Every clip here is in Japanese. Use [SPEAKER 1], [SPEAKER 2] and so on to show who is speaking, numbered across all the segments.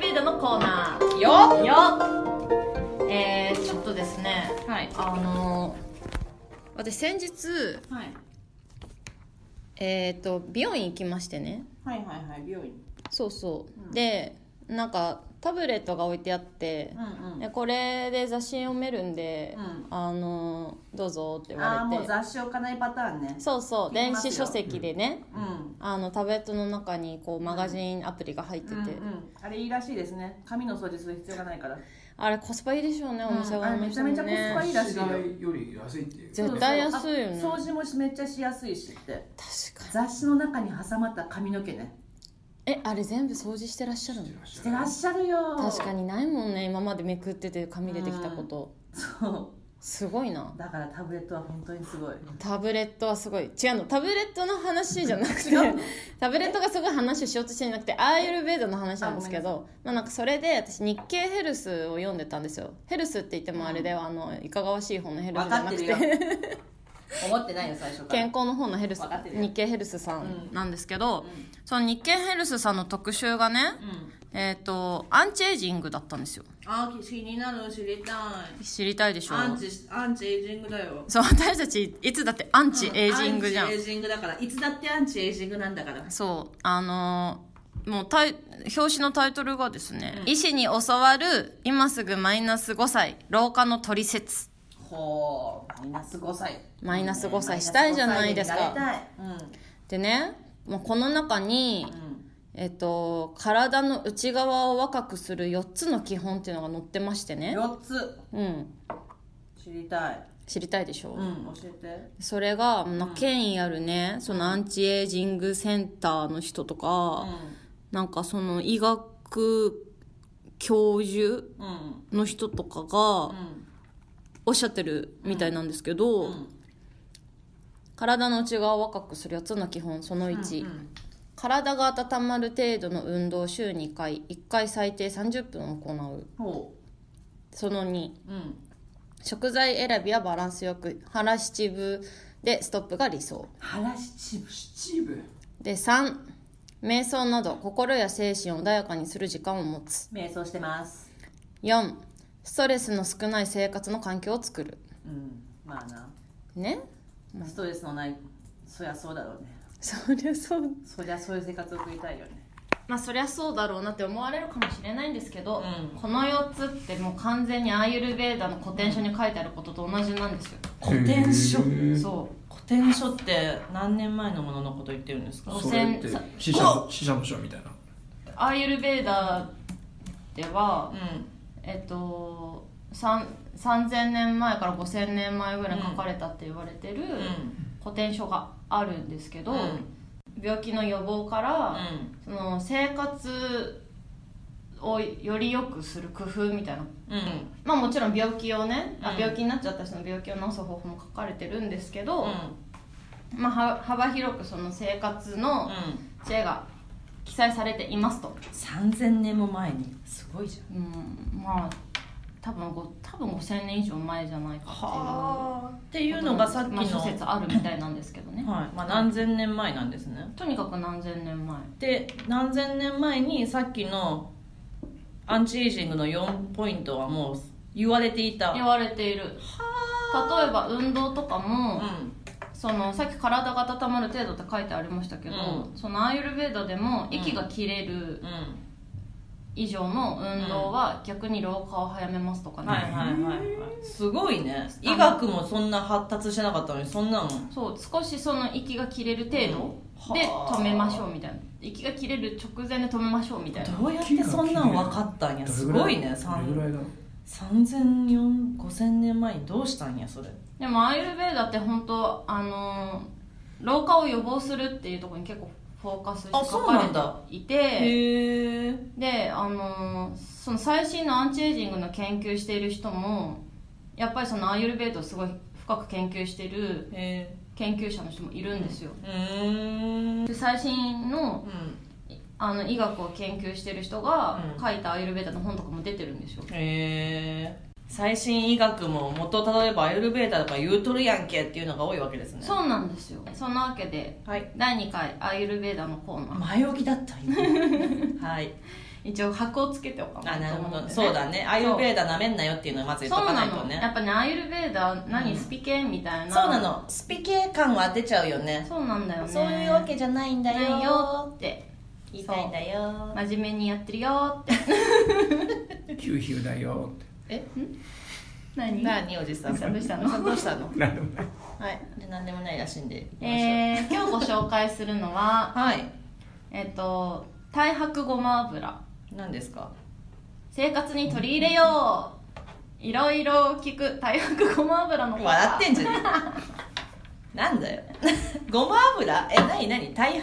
[SPEAKER 1] ルのコーナー
[SPEAKER 2] よ
[SPEAKER 1] よえー、ちょっとですね
[SPEAKER 2] はい
[SPEAKER 1] あの
[SPEAKER 2] 私先日
[SPEAKER 1] はい、
[SPEAKER 2] えっ、と美容院行きましてね
[SPEAKER 1] はいはいはい美容院
[SPEAKER 2] そうそう、
[SPEAKER 1] うん
[SPEAKER 2] でなんかタブレットが置いてあって
[SPEAKER 1] う、んうん
[SPEAKER 2] でこれで雑誌読めるんで、
[SPEAKER 1] うん
[SPEAKER 2] あのどうぞって言
[SPEAKER 1] ああ
[SPEAKER 2] われ
[SPEAKER 1] も
[SPEAKER 2] て
[SPEAKER 1] う雑誌置かないパターンね
[SPEAKER 2] そうそう
[SPEAKER 1] 聞き
[SPEAKER 2] 電
[SPEAKER 1] ますよ
[SPEAKER 2] 子書籍でね、
[SPEAKER 1] うん
[SPEAKER 2] あのタブレットの中にこうマガジンアプリが入ってて、
[SPEAKER 1] うんうん、あれいいらしいですね髪の掃除する必要がないから
[SPEAKER 2] あれコスパいいでしょうね、
[SPEAKER 1] うん
[SPEAKER 2] お店側の人も
[SPEAKER 1] あれめちゃめちゃコスパいい
[SPEAKER 2] ね
[SPEAKER 1] らしよ
[SPEAKER 3] 代より安いっていう
[SPEAKER 2] 絶対安いよね
[SPEAKER 1] そうそうあ掃除もめっちゃしやすいしって
[SPEAKER 2] 確かに
[SPEAKER 1] 雑誌の中に挟まった髪の毛ね
[SPEAKER 2] えあれ全部掃除してらっしゃるの
[SPEAKER 1] してらっしゃるよ
[SPEAKER 2] 確かにないもんね今までめくってて紙出てきたこと、
[SPEAKER 1] そ
[SPEAKER 2] すごいな
[SPEAKER 1] うだからタブレットは本当にすごい
[SPEAKER 2] タブレットはすごい違うのタブレットの話じゃなくて
[SPEAKER 1] 違うの
[SPEAKER 2] タブレットがすごい話をしようとしてなくてアーユルベードの話なんですけ
[SPEAKER 1] あ
[SPEAKER 2] どまあなんかそれで私日経ヘルスを読んでたんですよヘルスって言ってもあれではあのいかがわしい方のヘルス
[SPEAKER 1] 分
[SPEAKER 2] じゃ
[SPEAKER 1] か
[SPEAKER 2] な
[SPEAKER 1] っ
[SPEAKER 2] く
[SPEAKER 1] て
[SPEAKER 2] て
[SPEAKER 1] るよ思ってないよ最初か ら
[SPEAKER 2] 健康の方のヘルス
[SPEAKER 1] わかってるよ
[SPEAKER 2] 日経ヘルスさんなんですけど、
[SPEAKER 1] うん
[SPEAKER 2] その日経ヘルスさんの特集がね、
[SPEAKER 1] うん
[SPEAKER 2] えっ、とアンチエイジングだったんですよ
[SPEAKER 1] あー気になる知りたい
[SPEAKER 2] 知りたいでしょ
[SPEAKER 1] アンチアンチエイジングだよ
[SPEAKER 2] そう私たちいつだってアンチエイジングじゃん
[SPEAKER 1] アンチエイジングだからいつだってアンチエイジングなんだから
[SPEAKER 2] そうあのーもうタイ表紙のタイトルがですね「医師に教わる今すぐマイナス5歳老化のトリセツ
[SPEAKER 1] ほうマイナス5歳
[SPEAKER 2] マイナス5歳したいじゃないですか
[SPEAKER 1] マイナス5歳になりたい」
[SPEAKER 2] でねもうこの中に
[SPEAKER 1] う、んうん
[SPEAKER 2] えっと、体の内側を若くする4つの基本っていうのが載ってましてね、
[SPEAKER 1] 4つ
[SPEAKER 2] うん、
[SPEAKER 1] 知りたい
[SPEAKER 2] 知りたいでしょ、
[SPEAKER 1] うん教え
[SPEAKER 2] それが、まあ、権威あるねそのアンチエイジングセンターの人と
[SPEAKER 1] て
[SPEAKER 2] か、なんかその医学教授
[SPEAKER 1] うんうん
[SPEAKER 2] の人とかが
[SPEAKER 1] うん
[SPEAKER 2] おっしゃってるみたいなんですけど、
[SPEAKER 1] うん
[SPEAKER 2] 体の内側を若くする4つの基本その1、
[SPEAKER 1] うん
[SPEAKER 2] 体が温まる程度の運動を週2回1回最低30分行う
[SPEAKER 1] ほ
[SPEAKER 2] その2
[SPEAKER 1] ううん
[SPEAKER 2] 食材選びはバランスよく腹七分でストップが理想
[SPEAKER 1] 腹七分
[SPEAKER 3] チーブ
[SPEAKER 2] で3瞑想など心や精神を穏やかにする時間を持つ
[SPEAKER 1] 瞑想してます
[SPEAKER 2] 4ストレスの少ない生活の環境を作る
[SPEAKER 1] うんまあな
[SPEAKER 2] ねまあ
[SPEAKER 1] ストレスのないそりゃ そうだろうね
[SPEAKER 2] そりゃそう
[SPEAKER 1] そりゃそういう生活を送りたいよね
[SPEAKER 2] まあそりゃそうだろうなって思われるかもしれないんですけど、
[SPEAKER 1] うん
[SPEAKER 2] この4つってもう完全にアーユルベーダの古典書に書いてあることと同じなんですよ、
[SPEAKER 1] 古典書
[SPEAKER 3] そ
[SPEAKER 1] そう古典書って何年前のもののこと言ってるんですか
[SPEAKER 2] そう
[SPEAKER 3] れって
[SPEAKER 2] さ
[SPEAKER 3] 死者死者の書みたいな
[SPEAKER 2] アーユルベーダでは
[SPEAKER 1] う、ん
[SPEAKER 2] えっとさん3000年前から5000年前ぐらいに書かれたって言われてる、
[SPEAKER 1] うん
[SPEAKER 2] 古典書があるんですけど、
[SPEAKER 1] うん
[SPEAKER 2] 病気の予防から、
[SPEAKER 1] う
[SPEAKER 2] その生活をより良くする工夫みたいな、
[SPEAKER 1] んうん
[SPEAKER 2] まあ、もちろん病気をね、あ
[SPEAKER 1] うん
[SPEAKER 2] 病気になっちゃった人の病気を治す方法も書かれてるんですけど、まあ、は幅広くその生活
[SPEAKER 1] う
[SPEAKER 2] の
[SPEAKER 1] ん
[SPEAKER 2] 知恵が記載されていますと、
[SPEAKER 1] 3000年も前にすごいじゃん
[SPEAKER 2] うん、まあ多分ご多分5000年以上前じゃないか
[SPEAKER 1] はあって
[SPEAKER 2] って
[SPEAKER 1] い
[SPEAKER 2] いう
[SPEAKER 1] うのがさっきの、
[SPEAKER 2] まあ、諸説あるみたいなんですけどね、
[SPEAKER 1] はいまあ、何千年前なんですね
[SPEAKER 2] とにかく何千年前
[SPEAKER 1] で何千年前にさっきのアンチエイジングの4ポイントはもう言われていた
[SPEAKER 2] 言われている例えば運動とかも、
[SPEAKER 1] う
[SPEAKER 2] そのさっき体が温まる程度って書いてありましたけど、
[SPEAKER 1] う
[SPEAKER 2] そのアーユルベーダでも
[SPEAKER 1] うん
[SPEAKER 2] 息が切れる
[SPEAKER 1] んうん
[SPEAKER 2] 以上の運動は逆に老化を早めますとかね、
[SPEAKER 1] はいはいはいはいすごいね医学もそんな発達してなかったのにそんなの
[SPEAKER 2] そう少しその息が切れる程度
[SPEAKER 1] うん
[SPEAKER 2] で
[SPEAKER 1] はあ
[SPEAKER 2] 止めましょうみたいな息が切れる直前で止めましょうみたいな
[SPEAKER 1] どうやってそんなの分かったんやすごいね
[SPEAKER 3] どれぐらいだろう
[SPEAKER 1] 30005000年前にどうしたんやそれ
[SPEAKER 2] でもアーユルベーダって本当あのー老化を予防するっていうところに結構フォーカスして
[SPEAKER 1] あ
[SPEAKER 2] 書
[SPEAKER 1] そう
[SPEAKER 2] か
[SPEAKER 1] なんだ
[SPEAKER 2] れていて
[SPEAKER 1] へえ
[SPEAKER 2] であのーその最新のアンチエイジングの研究している人もやっぱりそのアーユルベートをすごい深く研究している
[SPEAKER 1] へ
[SPEAKER 2] 研究者の人もいるんですよ
[SPEAKER 1] えうーん
[SPEAKER 2] で最新のあの医学を研究している人が
[SPEAKER 1] うん
[SPEAKER 2] 書いたアーユルベータの本とかも出てるんですよ
[SPEAKER 1] へえ最新医学も元例えばアイルベータとか言うとるやんけっていうのが多いわけですね
[SPEAKER 2] そうなんですよそんなわけで
[SPEAKER 1] はい
[SPEAKER 2] 第2回アーユルベーダのコーナー
[SPEAKER 1] 前置きだった今はい
[SPEAKER 2] 一応箱をつけておかな
[SPEAKER 1] あ
[SPEAKER 2] い
[SPEAKER 1] な
[SPEAKER 2] と
[SPEAKER 1] る
[SPEAKER 2] 思
[SPEAKER 1] ほ
[SPEAKER 2] うん
[SPEAKER 1] ど
[SPEAKER 2] で
[SPEAKER 1] そうだねアイルベーダなめんなよっていうのをまず
[SPEAKER 2] そうそ
[SPEAKER 1] 言っと
[SPEAKER 2] うな
[SPEAKER 1] かな
[SPEAKER 2] い
[SPEAKER 1] と
[SPEAKER 2] の、
[SPEAKER 1] ね
[SPEAKER 2] やっぱねアーユルベーダー何、
[SPEAKER 1] うん
[SPEAKER 2] スピ系みたいな
[SPEAKER 1] そうなのスピ系感を当てちゃうよね
[SPEAKER 2] そうなんだよね
[SPEAKER 1] そういうわけじゃないんだよ
[SPEAKER 2] ないよって
[SPEAKER 1] 言いたいんだよ
[SPEAKER 2] 真面目にやってるよって
[SPEAKER 3] ヒューヒューだよって
[SPEAKER 1] え
[SPEAKER 2] 何
[SPEAKER 1] 何おじさん
[SPEAKER 2] どうしたの
[SPEAKER 1] どうしたの
[SPEAKER 3] なんでもない
[SPEAKER 1] はいで何でもないらしいんで行きましょう
[SPEAKER 2] えー、今日ご紹介するのは
[SPEAKER 1] はい
[SPEAKER 2] えっ、と太白ごま油
[SPEAKER 1] 何ですか
[SPEAKER 2] 生活に取り入れよういろいろ聞く太白ごま油の効果
[SPEAKER 1] 笑ってんじゃねえなんだよごま油え何何太白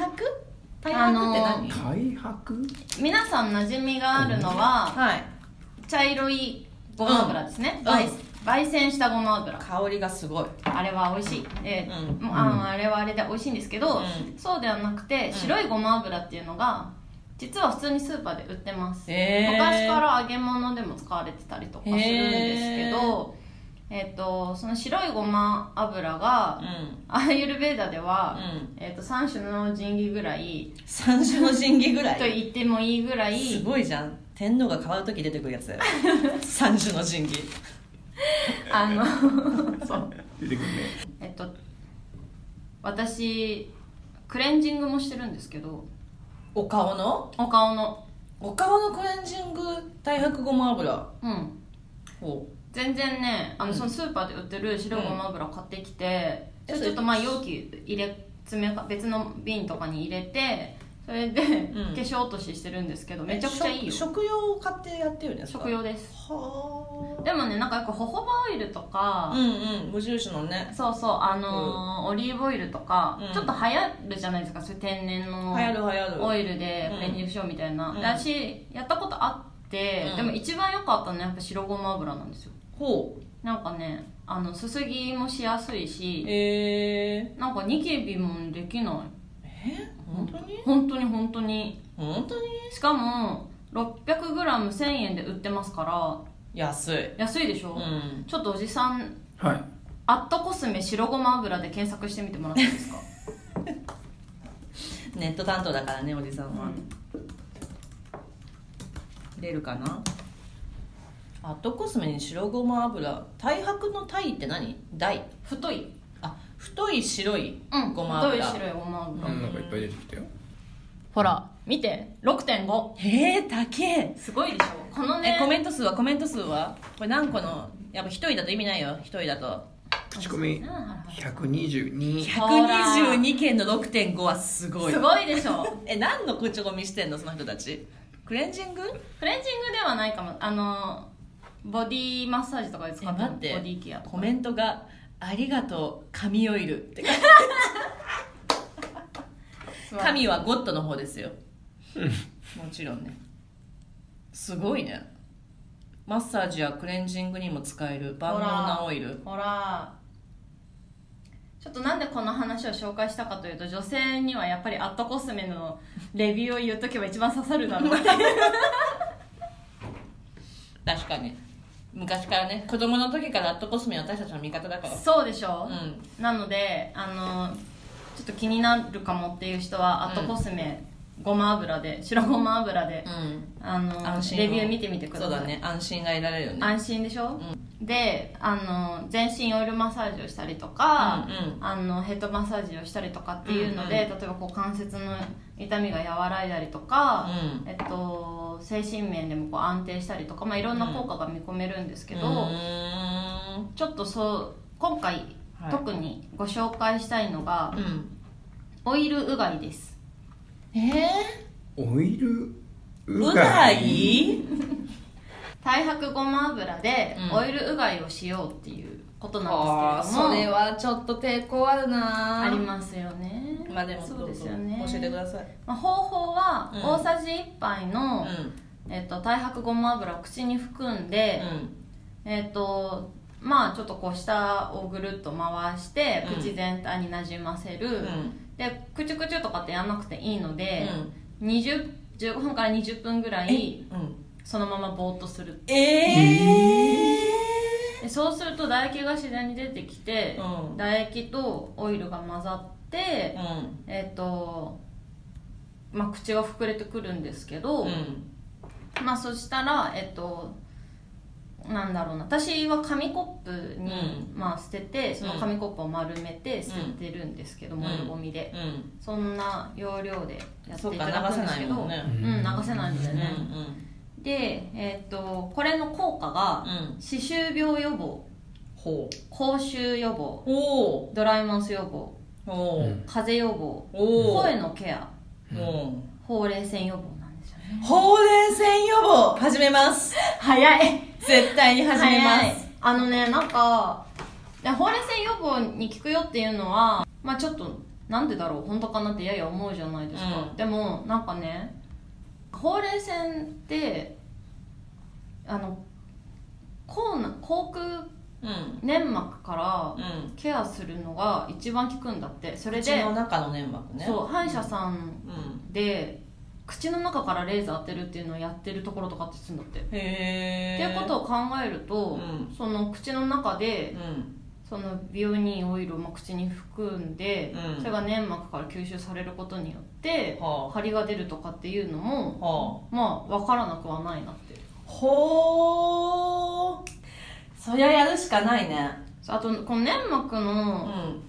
[SPEAKER 1] 太白って
[SPEAKER 2] あの
[SPEAKER 1] 何、
[SPEAKER 3] 大白
[SPEAKER 2] 皆さん馴染みがあるのは
[SPEAKER 1] はい
[SPEAKER 2] 茶色いごま油ですね、
[SPEAKER 1] うん
[SPEAKER 2] ばい
[SPEAKER 1] うん
[SPEAKER 2] 焙煎したごま油
[SPEAKER 1] 香りがすごい
[SPEAKER 2] あれは美味しいで、
[SPEAKER 1] うん
[SPEAKER 2] もうあのあれはあれで美味しいんですけど、
[SPEAKER 1] う
[SPEAKER 2] そうではなくて
[SPEAKER 1] ん
[SPEAKER 2] 白いごま油っていうのが実は普通にスーパーで売ってます、
[SPEAKER 1] へー
[SPEAKER 2] 昔から揚げ物でも使われてたりとかするんですけどえっ、とその白いごま油が
[SPEAKER 1] う、ん
[SPEAKER 2] アーユルベーダでは、
[SPEAKER 1] うん
[SPEAKER 2] えー、と3種の神器ぐらい
[SPEAKER 1] 三種の神器ぐら
[SPEAKER 2] と
[SPEAKER 1] い
[SPEAKER 2] 言ってもいいぐらい
[SPEAKER 1] すごいじゃん天皇が変わる時出てくるやつ だよ三種の神器
[SPEAKER 2] あの そう、
[SPEAKER 3] 出てくるね
[SPEAKER 2] えっと、私クレンジングもしてるんですけど
[SPEAKER 1] お顔の
[SPEAKER 2] お顔の
[SPEAKER 1] お顔のクレンジング太白ごま油
[SPEAKER 2] うん
[SPEAKER 1] ほう
[SPEAKER 2] 全然ねあの、
[SPEAKER 1] うん
[SPEAKER 2] そのスーパーで売ってる白いごま油買ってきて、
[SPEAKER 1] うん
[SPEAKER 2] それちょっとまあ容器入れ詰めか別の瓶とかに入れてそれで、
[SPEAKER 1] ん
[SPEAKER 2] 化粧落とししてるんですけどめちゃくちゃいいよ
[SPEAKER 1] 食食用を買ってやってるんですか
[SPEAKER 2] 食用です
[SPEAKER 1] は
[SPEAKER 2] でもねなんかよくホホバオイルとか
[SPEAKER 1] あ、うんうん無印のね
[SPEAKER 2] そうそうあのーオリーブオイルとか、
[SPEAKER 1] うん
[SPEAKER 2] ちょっと流行るじゃないですかそういう天然
[SPEAKER 1] 流
[SPEAKER 2] の
[SPEAKER 1] 行る流行る
[SPEAKER 2] オイルでクレンジングしようみたいな、
[SPEAKER 1] うん
[SPEAKER 2] で私やったことあって、
[SPEAKER 1] うん
[SPEAKER 2] でも一番良かったのはやっぱ白ごま油なんですよ
[SPEAKER 1] ほう
[SPEAKER 2] なんかねあのすすぎもしやすいし
[SPEAKER 1] えー、
[SPEAKER 2] なんかニキビもできな
[SPEAKER 1] え本当に
[SPEAKER 2] い本当に本当に
[SPEAKER 1] 本当に
[SPEAKER 2] しかも 600g1000 円で売ってますから
[SPEAKER 1] 安い
[SPEAKER 2] 安いでしょ、
[SPEAKER 1] うん
[SPEAKER 2] ちょっとおじさん
[SPEAKER 3] はい
[SPEAKER 2] アットコスメ白ごま油で検索してみてもらっていいですか
[SPEAKER 1] ネット担当だからねおじさんは、
[SPEAKER 2] うん
[SPEAKER 1] 出るかなアットコスメに白ごま油太白の太って何大
[SPEAKER 2] 太い
[SPEAKER 1] あ太い白い
[SPEAKER 2] うん
[SPEAKER 1] ごま油、
[SPEAKER 2] 太い白いごま油、
[SPEAKER 3] なんかいっぱい出てきたよ
[SPEAKER 2] ほら見て6.5
[SPEAKER 1] へえ高え
[SPEAKER 2] すごいでしょこのね
[SPEAKER 1] えコメント数はコメント数はこれ何個のやっぱ一人だと意味ないよ一人だと
[SPEAKER 3] 口コミ
[SPEAKER 2] うんはいはい
[SPEAKER 3] 122
[SPEAKER 2] ほら
[SPEAKER 1] 122件の6.5はすごい
[SPEAKER 2] すごいでしょ
[SPEAKER 1] え何の口コミしてんのその人たちクレンジング
[SPEAKER 2] クレンジングではないかもあのボディマッサージとかで使って
[SPEAKER 1] え待って
[SPEAKER 2] ボディケアと
[SPEAKER 1] コ
[SPEAKER 2] か
[SPEAKER 1] メントが「ありがとう神オイル」って書いて神はゴッドの方ですよもちろんねすごいねマッサージやクレンジングにも使える万能なオイル
[SPEAKER 2] ほらちょっとなんでこの話を紹介したかというと女性にはやっぱりアットコスメのレビューを言っとけば一番刺さる だろうな
[SPEAKER 1] 確かに昔からね子供の時からアットコスメは私たちの味方だから
[SPEAKER 2] そうでしょ
[SPEAKER 1] う、ん
[SPEAKER 2] なのであのちょっと気になるかもっていう人は、
[SPEAKER 1] うん
[SPEAKER 2] アットコスメごま油で白ごま油で
[SPEAKER 1] う、ん
[SPEAKER 2] あの
[SPEAKER 1] 安心を
[SPEAKER 2] レビュー見てみてくださ
[SPEAKER 1] そ
[SPEAKER 2] いう
[SPEAKER 1] だね安心が得られるよね
[SPEAKER 2] 安心でしょ、であの全身オイルマッサージをしたりとか、
[SPEAKER 1] うんう
[SPEAKER 2] あのヘッドマッサージをしたりとかっていうので、例えばこう関節の痛みが和らいだりとか、
[SPEAKER 1] うん
[SPEAKER 2] えっと、精神面でもこう安定したりとか、まあ、いろんな効果が見込めるんですけど、
[SPEAKER 1] うーん
[SPEAKER 2] ちょっとそう今回、
[SPEAKER 1] はい
[SPEAKER 2] 特にご紹介したいのが
[SPEAKER 1] うん
[SPEAKER 2] オイルうがいです
[SPEAKER 1] え
[SPEAKER 3] オイル
[SPEAKER 1] ー、
[SPEAKER 3] う
[SPEAKER 1] うが
[SPEAKER 3] い
[SPEAKER 1] い
[SPEAKER 2] 太白ごま油で
[SPEAKER 1] うん
[SPEAKER 2] オイルうがいをしようっていうことなん
[SPEAKER 1] あー
[SPEAKER 2] ですけれども、
[SPEAKER 1] それはちょっと抵抗あるな
[SPEAKER 2] ありますよね。
[SPEAKER 1] まあでも
[SPEAKER 2] そうですよ
[SPEAKER 1] ど
[SPEAKER 2] ね
[SPEAKER 1] う。ぞ教えてください
[SPEAKER 2] まあ、方法は
[SPEAKER 1] うん
[SPEAKER 2] 大さじ一杯
[SPEAKER 1] う
[SPEAKER 2] の、
[SPEAKER 1] ん
[SPEAKER 2] えっと太白ごま油を口に含んで、えっとまあちょっとこう下をぐるっと回して
[SPEAKER 1] うん
[SPEAKER 2] 口全体になじませる。
[SPEAKER 1] うんうん
[SPEAKER 2] でくちゅくちゅとかってやんなくていいので、20 15分から20分ぐらい
[SPEAKER 1] うん
[SPEAKER 2] そのままぼーっとする
[SPEAKER 1] ええ
[SPEAKER 2] でそうすると唾液が自然に出てきて、
[SPEAKER 1] うん
[SPEAKER 2] 唾液とオイルが混ざって、
[SPEAKER 1] うん
[SPEAKER 2] えっ、とまあ口が膨れてくるんですけど、
[SPEAKER 1] うん
[SPEAKER 2] まあそしたらえっとなんだろうな私は紙コップに、まあ、捨ててその紙コップを丸めて捨ててるんですけど、
[SPEAKER 1] うん
[SPEAKER 2] 燃えるゴミで、
[SPEAKER 1] うん
[SPEAKER 2] そんな要領でやって
[SPEAKER 1] そ
[SPEAKER 2] いうた
[SPEAKER 1] か流
[SPEAKER 2] だく
[SPEAKER 1] せ
[SPEAKER 2] んで
[SPEAKER 1] な
[SPEAKER 2] すけ
[SPEAKER 1] い
[SPEAKER 2] ど
[SPEAKER 1] もんね
[SPEAKER 2] うん、流せないんだよ
[SPEAKER 1] うんう
[SPEAKER 2] ね、
[SPEAKER 1] ん
[SPEAKER 2] で、えっとこれの効果が
[SPEAKER 1] うん
[SPEAKER 2] 歯周病予防
[SPEAKER 1] ほ
[SPEAKER 2] 口臭予防
[SPEAKER 1] うお
[SPEAKER 2] ドライマウス予防
[SPEAKER 1] おお
[SPEAKER 3] うん
[SPEAKER 2] 風邪予防
[SPEAKER 1] おお
[SPEAKER 2] 声のケア
[SPEAKER 1] も
[SPEAKER 2] ほうれい線予防なんですよね
[SPEAKER 1] うほうれい線予防始めます
[SPEAKER 2] 早い
[SPEAKER 1] 絶対に始めま
[SPEAKER 2] 早い
[SPEAKER 1] す
[SPEAKER 2] あのねなんかでほうれい線予防に効くよっていうのはまあちょっとなんでだろう本当かなってやや思うじゃないですか、
[SPEAKER 1] うん
[SPEAKER 2] でもなんかねほうれい線ってあの口内口腔
[SPEAKER 1] うん
[SPEAKER 2] 粘膜から
[SPEAKER 1] うん
[SPEAKER 2] ケアするのが一番効くんだってそれ
[SPEAKER 1] 口
[SPEAKER 2] で
[SPEAKER 1] の中の粘膜ね
[SPEAKER 2] そう歯医者さん
[SPEAKER 1] うん
[SPEAKER 2] で口の中からレーザー当てるっていうのをやってるところとかってするんだって、
[SPEAKER 1] へ
[SPEAKER 2] って
[SPEAKER 1] え
[SPEAKER 2] いうことを考えると、
[SPEAKER 1] うん
[SPEAKER 2] その口の中で
[SPEAKER 1] うん
[SPEAKER 2] その美容にオイルをまあ口に含んで、
[SPEAKER 1] うん
[SPEAKER 2] それが粘膜から吸収されることによって
[SPEAKER 1] は
[SPEAKER 2] 張りが出るとかっていうの
[SPEAKER 1] あ
[SPEAKER 2] も
[SPEAKER 1] は
[SPEAKER 2] まあ分からなくはないなって
[SPEAKER 1] あほうそりゃやるしかないね
[SPEAKER 2] あとこの粘膜
[SPEAKER 1] う
[SPEAKER 2] の、
[SPEAKER 1] ん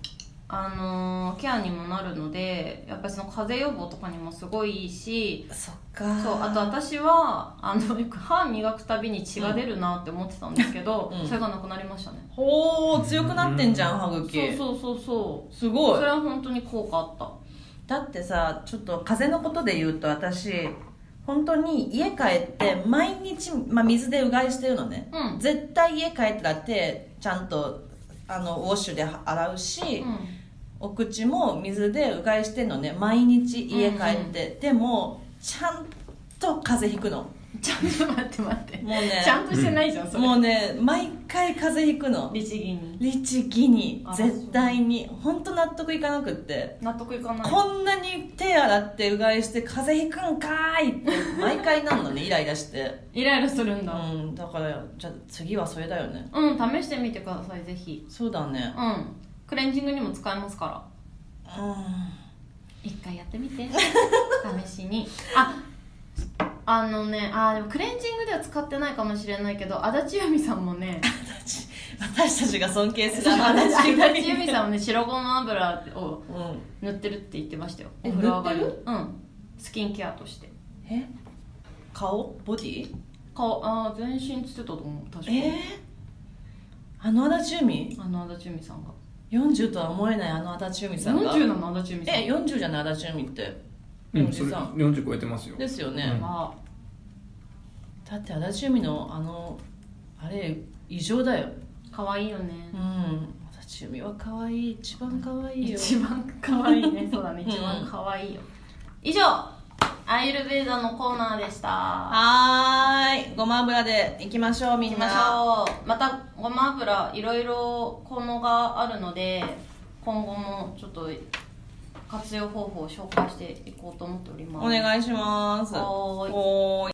[SPEAKER 2] あのーケアにもなるのでやっぱりその風邪予防とかにもすごいいいし
[SPEAKER 1] そっか
[SPEAKER 2] そうあと私はあのよく歯磨くたびに血が出るなって思ってたんですけど、
[SPEAKER 1] うん
[SPEAKER 2] それがなくなりましたね、
[SPEAKER 1] ほう強くなってんじゃん歯茎
[SPEAKER 2] そうそうそうそう
[SPEAKER 1] すごい
[SPEAKER 2] それは本当に効果あった
[SPEAKER 1] だってさちょっと風邪のことで言うと私本当に家帰って毎日、まあ、水でうがいしてるのね、
[SPEAKER 2] うん
[SPEAKER 1] 絶対家帰ったら手ちゃんとあのウォッシュで洗うし、
[SPEAKER 2] う
[SPEAKER 1] お口も水でうがいしてんのね毎日家帰って、でもちゃんと風邪ひくのも
[SPEAKER 2] ん、ちゃんと待って待って、
[SPEAKER 1] うね
[SPEAKER 2] ちゃんとしてないじゃん、それ
[SPEAKER 1] もうね毎回風邪ひくの
[SPEAKER 2] 律儀に
[SPEAKER 1] 律儀に
[SPEAKER 2] あら
[SPEAKER 1] 絶対に本当納得いかなくって
[SPEAKER 2] 納得いかない
[SPEAKER 1] こんなに手洗ってうがいして風邪ひくんかーいって毎回な んのねイライラして
[SPEAKER 2] イライラするんだ
[SPEAKER 1] うんだからじゃあ次はそれだよね
[SPEAKER 2] うん、試してみてくださいぜひ
[SPEAKER 1] そうだね
[SPEAKER 2] うんクレンジングにも使えますから
[SPEAKER 1] う
[SPEAKER 2] 一回やってみて 試しにああのねあでもクレンジングでは使ってないかもしれないけど足立由美さんも ね
[SPEAKER 1] ん私たちが尊敬する
[SPEAKER 2] 足
[SPEAKER 1] 話が
[SPEAKER 2] 立由美さんもね白ごま油を
[SPEAKER 1] うん
[SPEAKER 2] 塗ってるって言ってましたよ
[SPEAKER 1] え
[SPEAKER 2] お風呂上がりに
[SPEAKER 1] 塗っ
[SPEAKER 2] うんスキンケアとして
[SPEAKER 1] え顔ボディ
[SPEAKER 2] 顔あー全身つってたと思う確か
[SPEAKER 1] え
[SPEAKER 2] に、
[SPEAKER 1] ー、あの足立由美
[SPEAKER 2] あの足立由美さんが
[SPEAKER 1] 40とは思えないあの足立由美さんが
[SPEAKER 2] 40なの足立由美さん
[SPEAKER 1] え40じゃない足立由美って
[SPEAKER 3] う
[SPEAKER 1] お
[SPEAKER 3] ん、
[SPEAKER 1] じ
[SPEAKER 3] それ
[SPEAKER 1] さん
[SPEAKER 3] 40超えてますよ。
[SPEAKER 1] ですよね、
[SPEAKER 3] うん
[SPEAKER 2] あ
[SPEAKER 1] だって足立由美のあのあれ異常だよ
[SPEAKER 2] 可愛いよね、
[SPEAKER 1] うん足立由美は可愛い一番可愛いよ
[SPEAKER 2] 一番可愛いね そうだね
[SPEAKER 1] うん
[SPEAKER 2] 一番可愛いよ、以上アイルベーダのコーナーでした
[SPEAKER 1] はーいごま油でいきましょうみ
[SPEAKER 2] 行
[SPEAKER 1] ん
[SPEAKER 2] き
[SPEAKER 1] な
[SPEAKER 2] ましょうまたごま油いろいろ効能があるので今後もちょっと活用方法を紹介していこうと思っております
[SPEAKER 1] お願いします
[SPEAKER 2] はーい
[SPEAKER 1] おーい